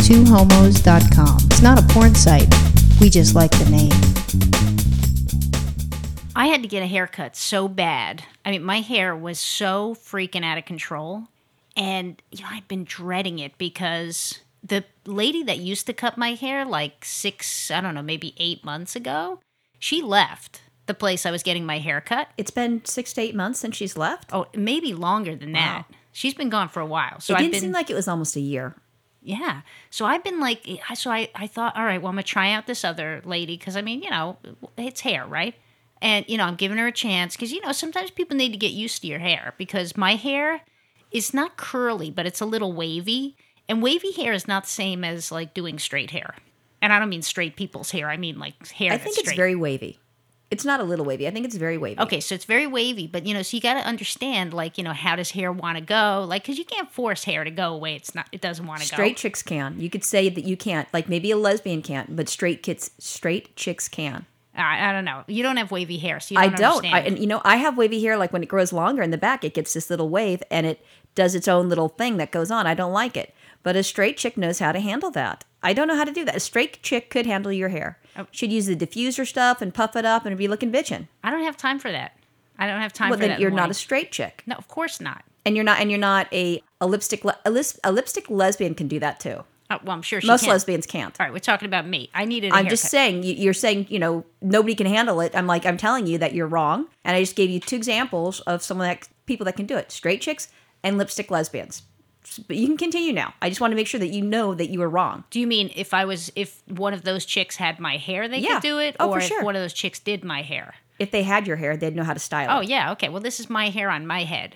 twohomos.com. It's not a porn site. We just like the name. I had to get a haircut so bad. I mean, my hair was so freaking out of control. And, you know, I'd been dreading it because the lady that used to cut my hair like six, I don't know, maybe eight months ago, she left the place I was getting my hair cut. It's been six to eight months since she's left. Oh, maybe longer than that. She's been gone for a while. So it I've didn't been, seem like it was almost a year. yeah. So I've been like, eh, I- so I, I thought, all right, well, I'm going to try out this other lady because, I mean, you know, it's hair, right? And, you know, I'm giving her a chance because, you know, sometimes people need to get used to your hair because my hair is not curly, but it's a little wavy. And wavy hair is not the same as like doing straight hair. And I don't mean straight people's hair. I mean like hair. I that's think straight. it's very wavy. It's not a little wavy. I think it's very wavy. Okay, so it's very wavy, but you know, so you got to understand, like, you know, how does hair want to go? Like, because you can't force hair to go away. It's not. It doesn't want to go. Straight chicks can. You could say that you can't. Like maybe a lesbian can't, but straight kids, straight chicks can. I, I don't know. You don't have wavy hair, so you I don't don't. I, understand. and you know, I have wavy hair. Like when it grows longer in the back, it gets this little wave, and it does its own little thing that goes on. I don't like it. But a straight chick knows how to handle that. I don't know how to do that. A straight chick could handle your hair. She'd use the diffuser stuff and puff it up, and it'd be looking bitchin'. I don't have Oh. time for that. I don't have time Well, for that. then in you're the not a morning. straight chick, no, of course not. and you're not, and you're not a a lipstick le- a, lis- a lipstick lesbian can do that too. Uh, well, I'm sure she Most can. lesbians can't. All right, we're talking about me. I needed. A I'm just haircut. saying, you- you're saying, you know, nobody can handle it. I'm like, I'm telling you that you're wrong. And I just gave you two examples of some of that people that can do it straight chicks and lipstick lesbians. But you can continue now. I just want to make sure that you know that you were wrong. Do you mean if I was if one of those chicks had my hair, they Yeah. could do it, Oh, for or sure. if one of those chicks did my hair? If they had your hair, they'd know how to style Oh it. yeah, okay. Well, this is my hair on my head.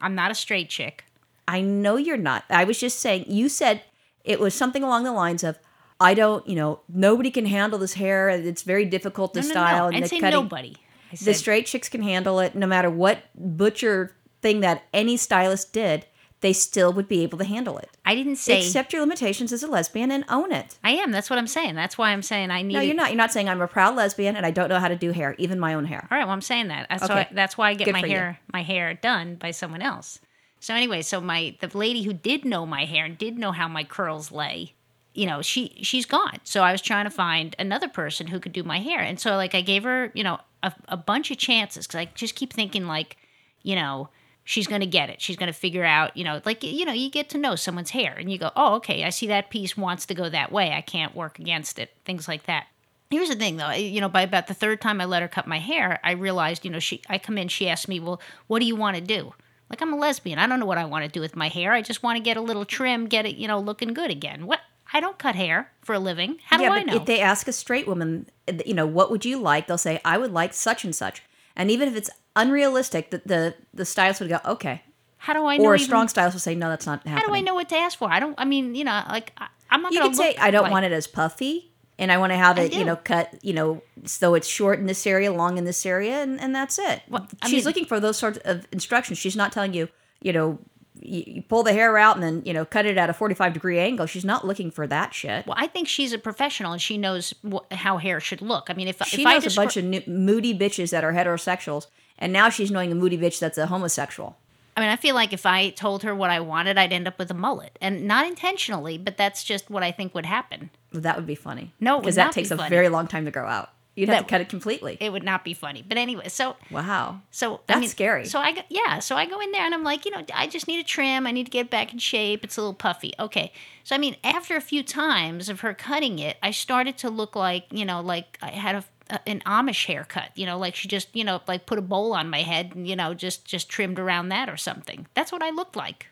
I'm not a straight chick. I know you're not. I was just saying, you said it was something along the lines of, I don't, you know, nobody can handle this hair. It's very difficult to No, no, style. no. And I didn't the say cutting. nobody. I the said, straight chicks can handle it no matter what butcher thing that any stylist did they still would be able to handle it I didn't say accept your limitations as a lesbian and own it I am. That's what I'm saying. That's why I'm saying I need. no you're not you're not saying i'm a proud lesbian and i don't know how to do hair even my own hair All right. Well, I'm saying that. That's Okay. why. That's why I get Good my for you. hair my hair done by someone else. So anyway, so my the lady who did know my hair and did know how my curls lay, you know, she she's gone. So I was trying to find another person who could do my hair, and so like I gave her, you know, a, a bunch of chances because I just keep thinking like, you know. She's gonna get it. She's gonna figure out, you know, like you know, you get to know someone's hair, and you go, oh, okay, I see that piece wants to go that way. I can't work against it. Things like that. Here's the thing, though. I- You know, by about the third time I let her cut my hair, I realized, you know, she. I come in, she asked me, "Well, what do you want to do?" Like I'm a lesbian. I don't know what I want to do with my hair. I just want to get a little trim, get it, you know, looking good again. What? I don't cut hair for a living. How do yeah I but know? if they ask a straight woman eh, you know what would you like they'll say i would like such and such and even if it's unrealistic the the, the stylist would go okay how do I know? or a even- strong stylist will say no that's not happening How do I know what to ask for? I don't. I mean, you know, like I, I'm not. you gonna could say look I don't like- want it as puffy, and I want to have it, do. you know, cut, you know, so it's short in this area, long in this area, and, and that's it. Well, I She's mean- looking for those sorts of instructions. She's not telling you, you know, you, you pull the hair out and then you know cut it at a forty five degree angle. She's not looking for that shit. Well, I think she's a professional and she knows wh- how hair should look. I mean, if she if I knows descri- a bunch of new, moody bitches that are heterosexuals, and now she's knowing a moody bitch that's a homosexual. I mean, I feel like if I told her what I wanted, I'd end up with a mullet, and not intentionally, but that's just what I think would happen. That would be funny. No, it would because not that be takes a funny. very long time to grow out. You'd have That- to cut it completely. It would not be funny, but anyway, so wow. so I That's mean, scary. So I go, yeah, so I go in there and I'm like, you know, I just need a trim. I need to get back in shape. It's a little puffy. Okay, so I mean, after a few times of her cutting it, I started to look like you know, like I had a an Amish haircut, you know, like she just, you know, like put a bowl on my head and, you know, just just trimmed around that or something. That's what I looked like.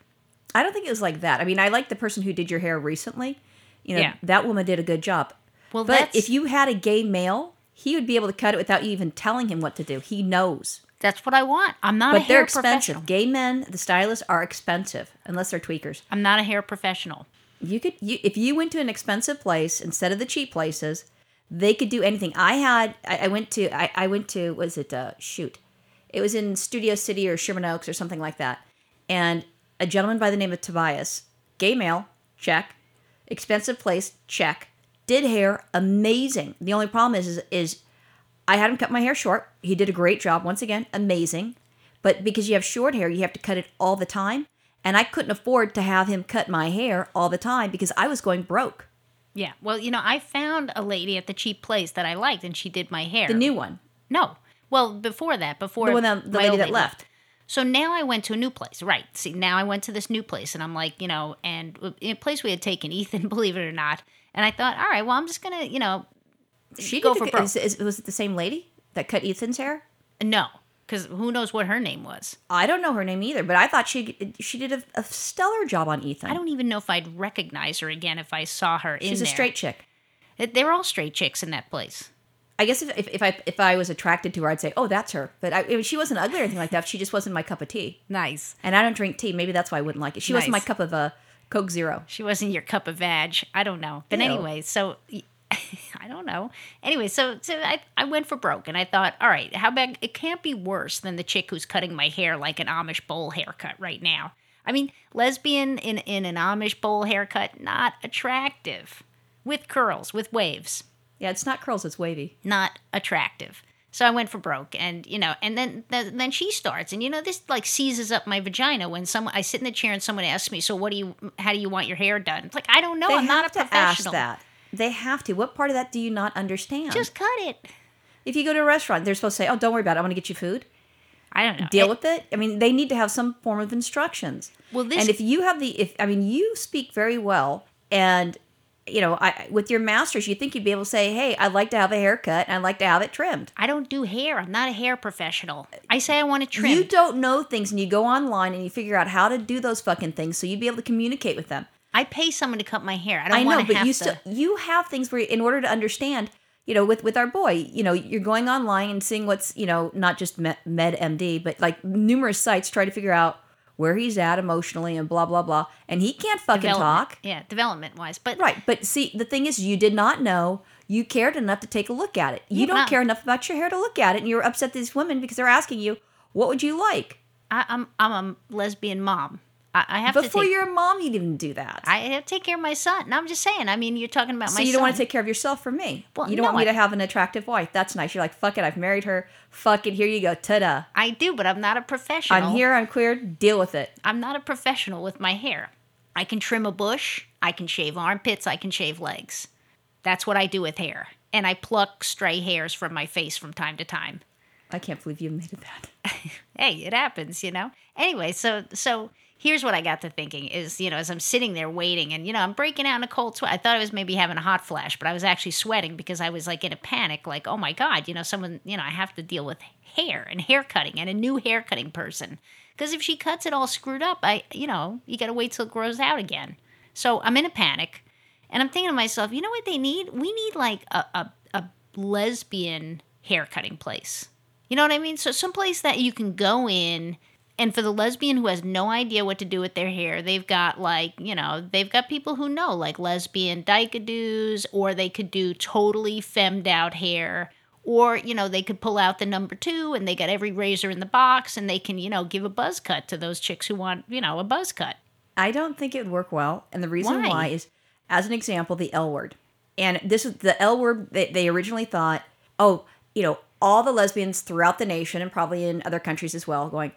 I don't think it was like that. I mean, I like the person who did your hair recently. You know, Yeah. that woman did a good job. Well, but that's- if you had a gay male, he would be able to cut it without you even telling him what to do. He knows. That's what I want. I'm not a But hair they're professional. expensive. Gay men, the stylists are expensive unless they're tweakers. I'm not a hair professional. You could you if you went to an expensive place instead of the cheap places, they could do anything. I had I, I went to I, I went to was it uh shoot. It was in Studio City or Sherman Oaks or something like that. And a gentleman by the name of Tobias, gay male, check, expensive place, check, did hair amazing. The only problem is is, is I had him cut my hair short. He did a great job. Once again, amazing. But because you have short hair, you have to cut it all the time. And I couldn't afford to have him cut my hair all the time because I was going broke. Yeah. Well, you know, I found a lady at the cheap place that I liked, and she did my hair. The new one, No. Well, before that, before the one that, the my lady old that left. So now I went to a new place. Right. See, now I went to this new place, and I'm like, you know, and in a place we had taken Ethan, believe it or not. And I thought, all right, well, I'm just gonna, you know, She Go did for the, broke. is- is- was it the same lady that cut Ethan's hair? no, because who knows what her name was. I don't know her name either, but I thought she she did a, a stellar job on Ethan. I don't even know if I'd recognize her again if I saw her in She's a there. straight chick. It- They were all straight chicks in that place. I guess if, if, if I if I was attracted to her, I'd say, "Oh, that's her." But I, I mean, she wasn't ugly or anything like that. She just wasn't my cup of tea, Nice. and I don't drink tea. Maybe that's why I wouldn't like it. She wasn't my Nice. cup of uh, Coke Zero. She wasn't your cup of vag. I don't know. But Ew. anyway, so I don't know. Anyway, so so I, I went for broke and I thought, all right, how bad it can't be worse than the chick who's cutting my hair like an Amish bowl haircut right now. I mean, lesbian in, in an Amish bowl haircut, not attractive. With curls, with waves Yeah, it's not curls; it's wavy. not attractive. So I went for broke, and you know, and then then then she starts, and you know, this like seizes up my vagina when someone I sit in the chair and someone asks me, so what do you, how do you want your hair done? It's like I don't know, They I'm Oh, not a have to ask professional. that. They have to. What part of that do you not understand? Just cut it. if you go to a restaurant, they're supposed to say, "Oh, don't worry about it. I want to get you food." I don't know. Deal It- with it. I mean, they need to have some form of instructions. Well, this- and if you have the if I mean, you speak very well, and you know, I with your masters, you think you'd be able to say, "Hey, I'd like to have a haircut, and I'd like to have it trimmed." I don't do hair. I'm not a hair professional. I say I want to trim. You don't know things and you go online and you figure out how to do those fucking things so you'd be able to communicate with them. I pay someone to cut my hair. I don't I know, want to but have you to. still you have things where in order to understand, you know, with with our boy, you know, you're going online and seeing what's, you know, not just Me- MedMD, but like numerous sites try to figure out where he's at emotionally and blah blah blah, and he can't fucking development- talk. Yeah, development wise, but Right, but see, the thing is, you did not know. You cared enough to take a look at it. You Yeah, don't but- care enough about your hair to look at it, and you're upset these women because they're asking you, "What would you like?" I, I'm I'm a lesbian mom. I, I have to Before take. you're a mom, you didn't do that. I have to take care of my son. And I'm just saying. I mean, you're talking about So my. you don't son. want to take care of yourself for me. Well, you don't no, want me I- to have an attractive wife. That's nice. You're like, fuck it, I've married her. Fuck it, here you go. Ta-da. I do, but I'm not a professional. I'm here, I'm queer, deal with it. I'm not a professional with my hair. I can trim a bush, I can shave armpits, I can shave legs. That's what I do with hair. And I pluck stray hairs from my face from time to time. I can't believe you admitted that. Hey, it happens, you know. Anyway, so so here's what I got to thinking is, you know, as I'm sitting there waiting and you know, I'm breaking out in a cold sweat. I thought I was maybe having a hot flash, but I was actually sweating because I was like in a panic like, "Oh my god, you know, someone, you know, I have to deal with hair and hair cutting and a new hair cutting person." Because if she cuts it all screwed up, I, you know, you got to wait till it grows out again. So I'm in a panic, and I'm thinking to myself, you know what they need? We need like a a, a lesbian hair cutting place. You know what I mean? So someplace that you can go in. And for the lesbian who has no idea what to do with their hair, they've got like, you know, they've got people who know, like lesbian dykadoos, or they could do totally femmed out hair, or, you know, they could pull out the number two and they got every razor in the box and they can, you know, give a buzz cut to those chicks who want, you know, a buzz cut. I don't think it would work well. And the reason Why? why, is, as an example, the L word. And this is the L word that they originally thought, oh, you know, all the lesbians throughout the nation and probably in other countries as well, going,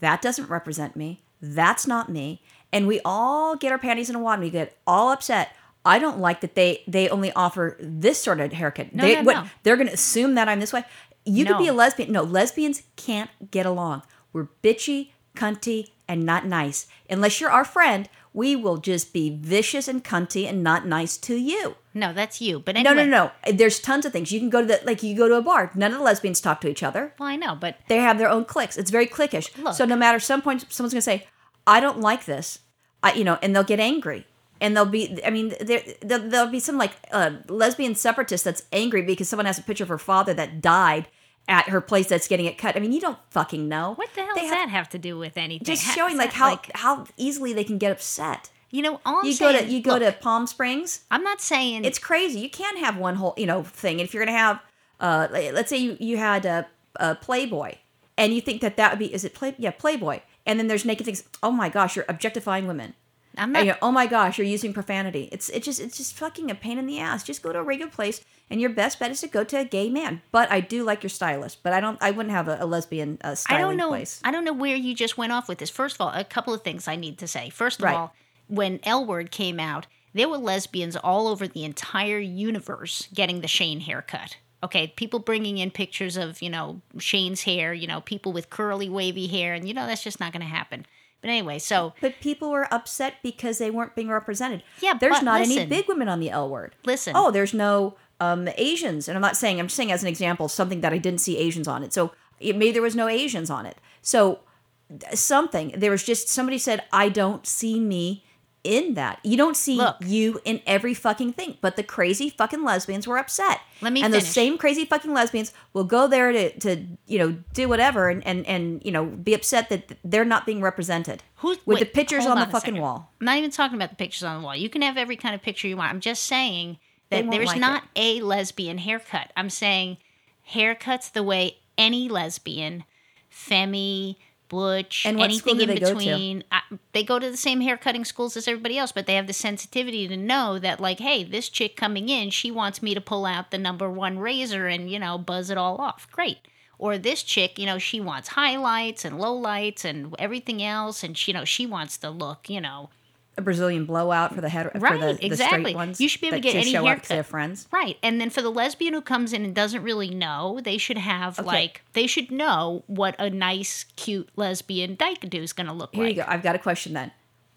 that doesn't represent me. That's not me. And we all get our panties in a wad. We get all upset. I don't like that they they only offer this sort of haircut. No, they, no, no. They're going to assume that I'm this way. You could be No. a lesbian. No, lesbians can't get along. We're bitchy, cunty, and not nice. Unless you're our friend, we will just be vicious and cunty and not nice to you. No, that's you. But No, anyway. no, no. There's tons of things. You can go to the like you go to a bar. None of the lesbians talk to each other. Well, I know, but They have their own cliques. It's very cliquish. Look. So no matter some point someone's gonna say, I don't like this. I you know, and they'll get angry. And they'll be, I mean, there, there, there'll be some like uh, lesbian separatist that's angry because someone has a picture of her father that died at her place that's getting it cut. I mean, you don't fucking know. what the hell They does have- that have to do with anything? Just How- showing is like that, how how easily they can get upset. you know, all I'm You saying, go to you go to Palm Springs. I'm not saying It's crazy. You can't have one whole you know thing. And if you're gonna have, uh, like, let's say you you had a, a Playboy, and you think that that would be is it Play yeah Playboy, and then there's naked things. Oh my gosh, you're objectifying women. I'm And not. you're, oh my gosh, you're using profanity. It's it's just it's just fucking a pain in the ass. Just go to a regular place, and your best bet is to go to a gay man. But I do like your stylist, but I don't. I wouldn't have a, a lesbian uh, I styling don't know. place. I don't know where you just went off with this. First of all, a couple of things I need to say. First of Right. all, when L Word came out, there were lesbians all over the entire universe getting the Shane haircut. Okay, people bringing in pictures of you know Shane's hair, you know people with curly wavy hair, and you know that's just not going to happen. But anyway, so But people were upset because they weren't being represented. Yeah, there's but not any listen. big women on the L word. Listen. oh, there's no um, Asians, and I'm not saying I'm just saying as an example something that I didn't see Asians on it. So it, maybe there was no Asians on it. So th- something there was just somebody said I don't see me in that. You don't see Look. you in every fucking thing. But the crazy fucking lesbians were upset. Let me and the finish. same crazy fucking lesbians will go there to, to you know do whatever and, and and you know be upset that they're not being represented Who's- with the wait, pictures hold on the on a fucking second. wall. I'm not even talking about the pictures on the wall. You can have every kind of picture you want. I'm just saying They that won't there's like not a lesbian haircut. I'm saying haircuts the way any lesbian, femi, butch, And what school anything do in they go to? between. I, they go to the same haircutting schools as everybody else, but they have the sensitivity to know that, like, hey, this chick coming in, she wants me to pull out the number one razor and, you know, buzz it all off. Great. Or this chick, you know, she wants highlights and lowlights and everything else. And, she, you know, she wants to look, you know, a Brazilian blowout for the head for Right, the, the exactly. straight ones. You should be able that to get just any show up to haircut. their friends. Right. And then for the lesbian who comes in and doesn't really know, they should have like they should know what a nice, cute lesbian dykadoo is going to look Here like. you go. I've got a question then.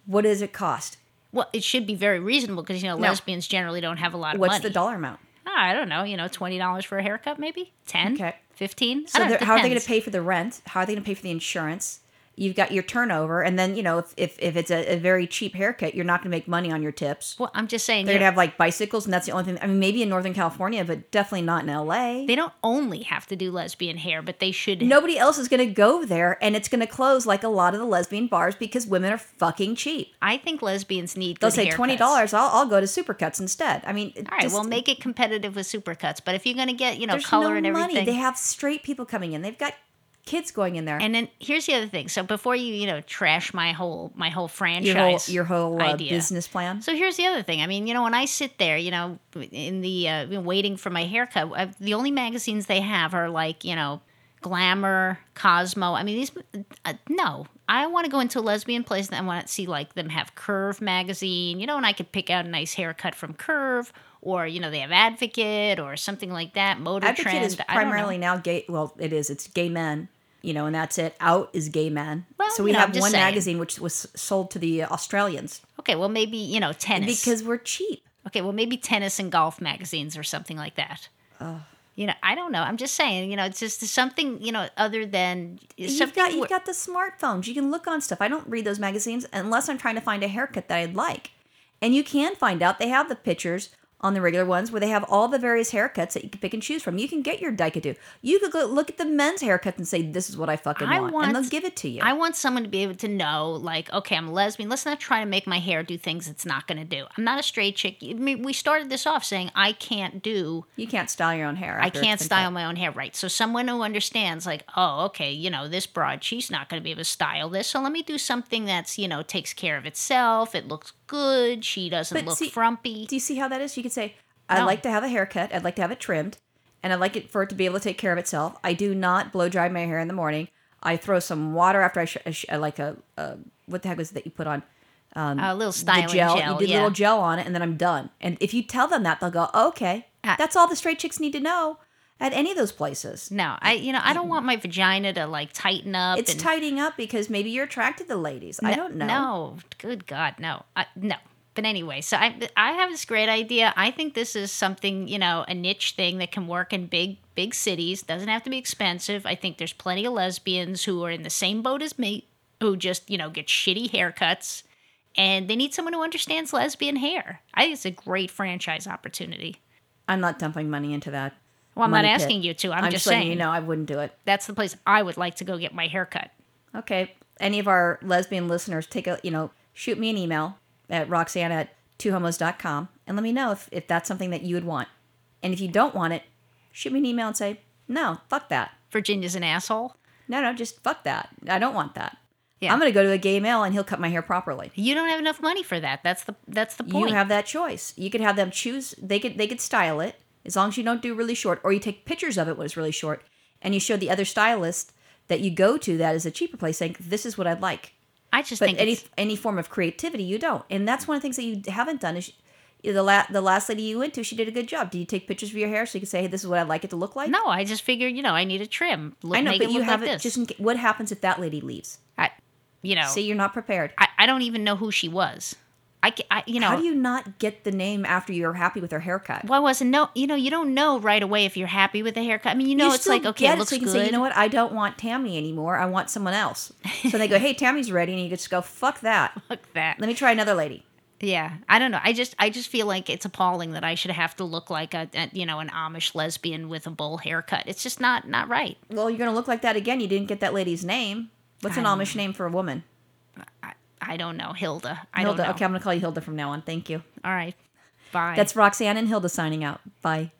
What does it cost? Well, it should be very reasonable because you know lesbians generally don't have a lot of What's money. the dollar amount? Ah, I don't know. You know, twenty dollars for a haircut, maybe ten, Okay. fifteen. So I don't know, they're- it how are they going depends. to pay for the rent? How are they going to pay for the insurance? You've got your turnover, and then you know if if, if it's a, a very cheap haircut, you're not going to make money on your tips. Well, I'm just saying They're you know, going to have like bicycles, and that's the only thing. I mean, maybe in Northern California, but definitely not in L.A. they don't only have to do lesbian hair, but they should. Nobody else is going to go there, and it's going to close like a lot of the lesbian bars because women are fucking cheap. I think lesbians need. They'll good say twenty haircuts. dollars. I'll, I'll go to Supercuts instead. I mean, All right, well, make it competitive with supercuts. But if you're going to get, you know, color and everything, They have straight people coming in. They've got kids going in there. And then here's the other thing. So before you, you know, trash my whole my whole your whole franchise, your whole uh, idea. business plan. So here's the other thing. I mean, you know, when I sit there, you know, in the uh, waiting for my haircut, I, the only magazines they have are like, you know, Glamour, Cosmo. I mean, these. Uh, no, I want to go into a lesbian place and I want to see like them have Curve magazine, you know, and I could pick out a nice haircut from Curve, or you know, they have Advocate or something like that. Motor Advocate Trend. is I don't know. primarily now gay. Well, it is. It's gay men. You know, and that's it. Out is gay men. Well, so we you know, I'm have just one saying. magazine which was sold to the Australians okay. Well, maybe you know, tennis because we're cheap. Okay, well, maybe tennis and golf magazines or something like that. You know, I don't know. I'm just saying, you know, it's just something, you know, other than You've got you've got the smartphones. You can look on stuff. I don't read those magazines unless I'm trying to find a haircut that I'd like. And you can find out they have the pictures on the regular ones where they have all the various haircuts that you can pick and choose from. You can get your dykadoo. You could go look at the men's haircuts and say, "This is what I fucking I want,", want- and they'll give it to you. I want someone to be able to know, like, okay, I'm a lesbian. Let's not try to make my hair do things it's not going to do. I'm not a straight chick. I mean, we started this off saying I can't do, you can't style your own hair. I can't style my own hair right. So someone who understands, like, oh, okay, you know, this broad, she's not going to be able to style this. So let me do something that's, you know, takes care of itself. It looks good. She doesn't But look see- frumpy. Do you see how that is? You could say, "I'd No. like to have a haircut. I'd like to have it trimmed, and I'd like it for it to be able to take care of itself. I do not blow dry my hair in the morning. I throw some water after I, sh- I, sh- I like a, a what the heck was it that you put on." a little styling the gel, gel. you did yeah. a little gel on it, and then I'm done. And if you tell them that, they'll go, okay, Ah. that's all the straight chicks need to know at any of those places. No, I you know I don't want my vagina to like tighten up. It's and, tidying up because maybe you're attracted to ladies. I don't know. No, good God, no, I, no. But anyway, so I I have this great idea. I think this is something you know a niche thing that can work in big big cities. Doesn't have to be expensive. I think there's plenty of lesbians who are in the same boat as me who just you know get shitty haircuts, and they need someone who understands lesbian hair. I think it's a great franchise opportunity. I'm not dumping money into that. Well, I'm money not pit. asking you to. I'm, I'm just letting saying you know I wouldn't do it. that's the place I would like to go get my haircut. Okay. Any of our lesbian listeners, take a, you know, shoot me an email at roxanne at twohomos.com and let me know if, if that's something that you would want. And if you don't want it, shoot me an email and say, no, fuck that. Virginia's an asshole. No, no, just fuck that. I don't want that. Yeah. I'm going to go to a gay male and he'll cut my hair properly. You don't have enough money for that. That's the that's the You point. have that choice. You could have them choose. They could they could style it as long as you don't do really short, or you take pictures of it when it's really short, and you show the other stylist that you go to that is a cheaper place, saying this is what I'd like. I just But think any it's- any form of creativity, you don't, and that's one of the things that you haven't done. Is you- the la- the last lady you went to, she did a good job. Do you take pictures of your hair so you can say, hey, this is what I'd like it to look like? no. I just figured you know I need a trim. Look, I know, make but it you look haven't. like this. just in ca- what happens if that lady leaves? I, you know, See, you're not prepared. I, I don't even know who she was. I, ca- I you know How do you not get the name after you're happy with her haircut? Well, I wasn't no. You know, you don't know right away if you're happy with the haircut. I mean, you know, You it's still like okay, get it looks so you good. can say, you know what? I don't want Tammy anymore. I want someone else. So they go, hey, Tammy's ready, and you just go, fuck that. Fuck that. Let me try another lady. Yeah, I don't know. I just I just feel like it's appalling that I should have to look like a, a you know an Amish lesbian with a bowl haircut. It's just not not right. Well, you're gonna look like that again. You didn't get that lady's name. What's an Amish name for a woman? I don't know, Hilda. I Hilda. don't know. Okay, I'm gonna call you Hilda from now on. Thank you. All right. Bye. That's Roxanne and Hilda signing out. Bye.